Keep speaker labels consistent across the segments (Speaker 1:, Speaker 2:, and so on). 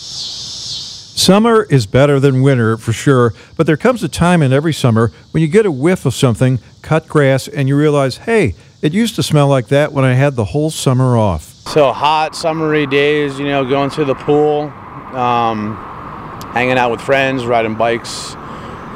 Speaker 1: Summer is better than winter for sure, but there comes a time in every summer when you get a whiff of something, cut grass, and you realize, hey, it used to smell like that when I had the whole summer off.
Speaker 2: So hot, summery days, you know, going to the pool, um, hanging out with friends, riding bikes.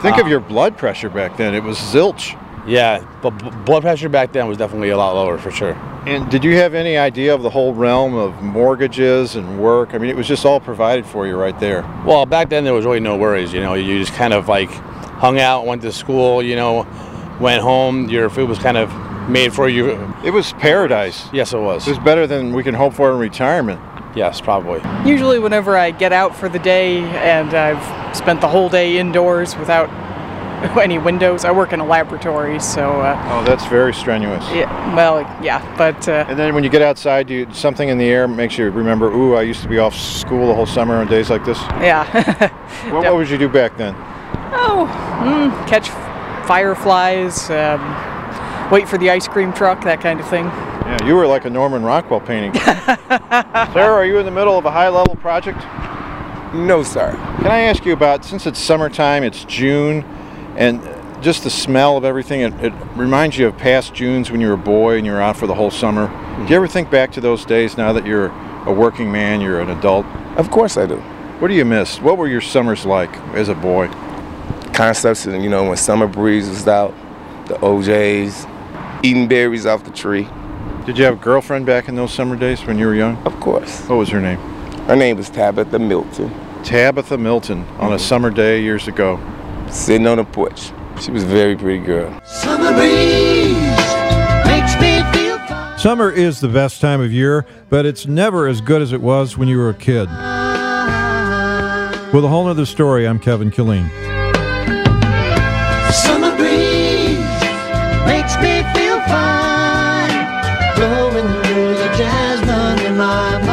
Speaker 3: Think um, of your blood pressure back then. It was zilch.
Speaker 2: Yeah, but blood pressure back then was definitely a lot lower for sure.
Speaker 3: And did you have any idea of the whole realm of mortgages and work? I mean, it was just all provided for you right there.
Speaker 2: Well, back then there was really no worries. You know, you just kind of like hung out, went to school, you know, went home. Your food was kind of made for you.
Speaker 3: It was paradise.
Speaker 2: Yes, it was.
Speaker 3: It was better than we can hope for in retirement.
Speaker 2: Yes, probably.
Speaker 4: Usually, whenever I get out for the day and I've spent the whole day indoors without any windows. I work in a laboratory, so. Uh,
Speaker 3: oh, that's very strenuous.
Speaker 4: Yeah. Well, yeah, but. Uh,
Speaker 3: and then when you get outside, you something in the air makes you remember. Ooh, I used to be off school the whole summer on days like this.
Speaker 4: Yeah.
Speaker 3: what, what, would you do back then?
Speaker 4: Oh, mm, catch fireflies, um, wait for the ice cream truck, that kind of thing.
Speaker 3: Yeah, you were like a Norman Rockwell painting. Sarah, are you in the middle of a high-level project?
Speaker 5: No, sir.
Speaker 3: Can I ask you about since it's summertime, it's June and just the smell of everything it, it, reminds you of past junes when you were a boy and you were out for the whole summer mm-hmm. do you ever think back to those days now that you're a working man you're an adult
Speaker 5: of course i do
Speaker 3: what do you miss what were your summers like as a boy
Speaker 5: concepts you know when summer breeze was out the oj's eating berries off the tree
Speaker 3: did you have a girlfriend back in those summer days when you were young
Speaker 5: of course
Speaker 3: what was her name
Speaker 5: her name was tabitha milton
Speaker 3: tabitha milton mm-hmm. on a summer day years ago
Speaker 5: sitting on the porch. She was a very pretty girl.
Speaker 6: Summer breeze makes me feel fine.
Speaker 1: Summer is the best time of year, but it's never as good as it was when you were a kid. With a whole other story, I'm Kevin Killeen.
Speaker 6: Summer breeze makes me feel fine, blowing through the jasmine in my mind.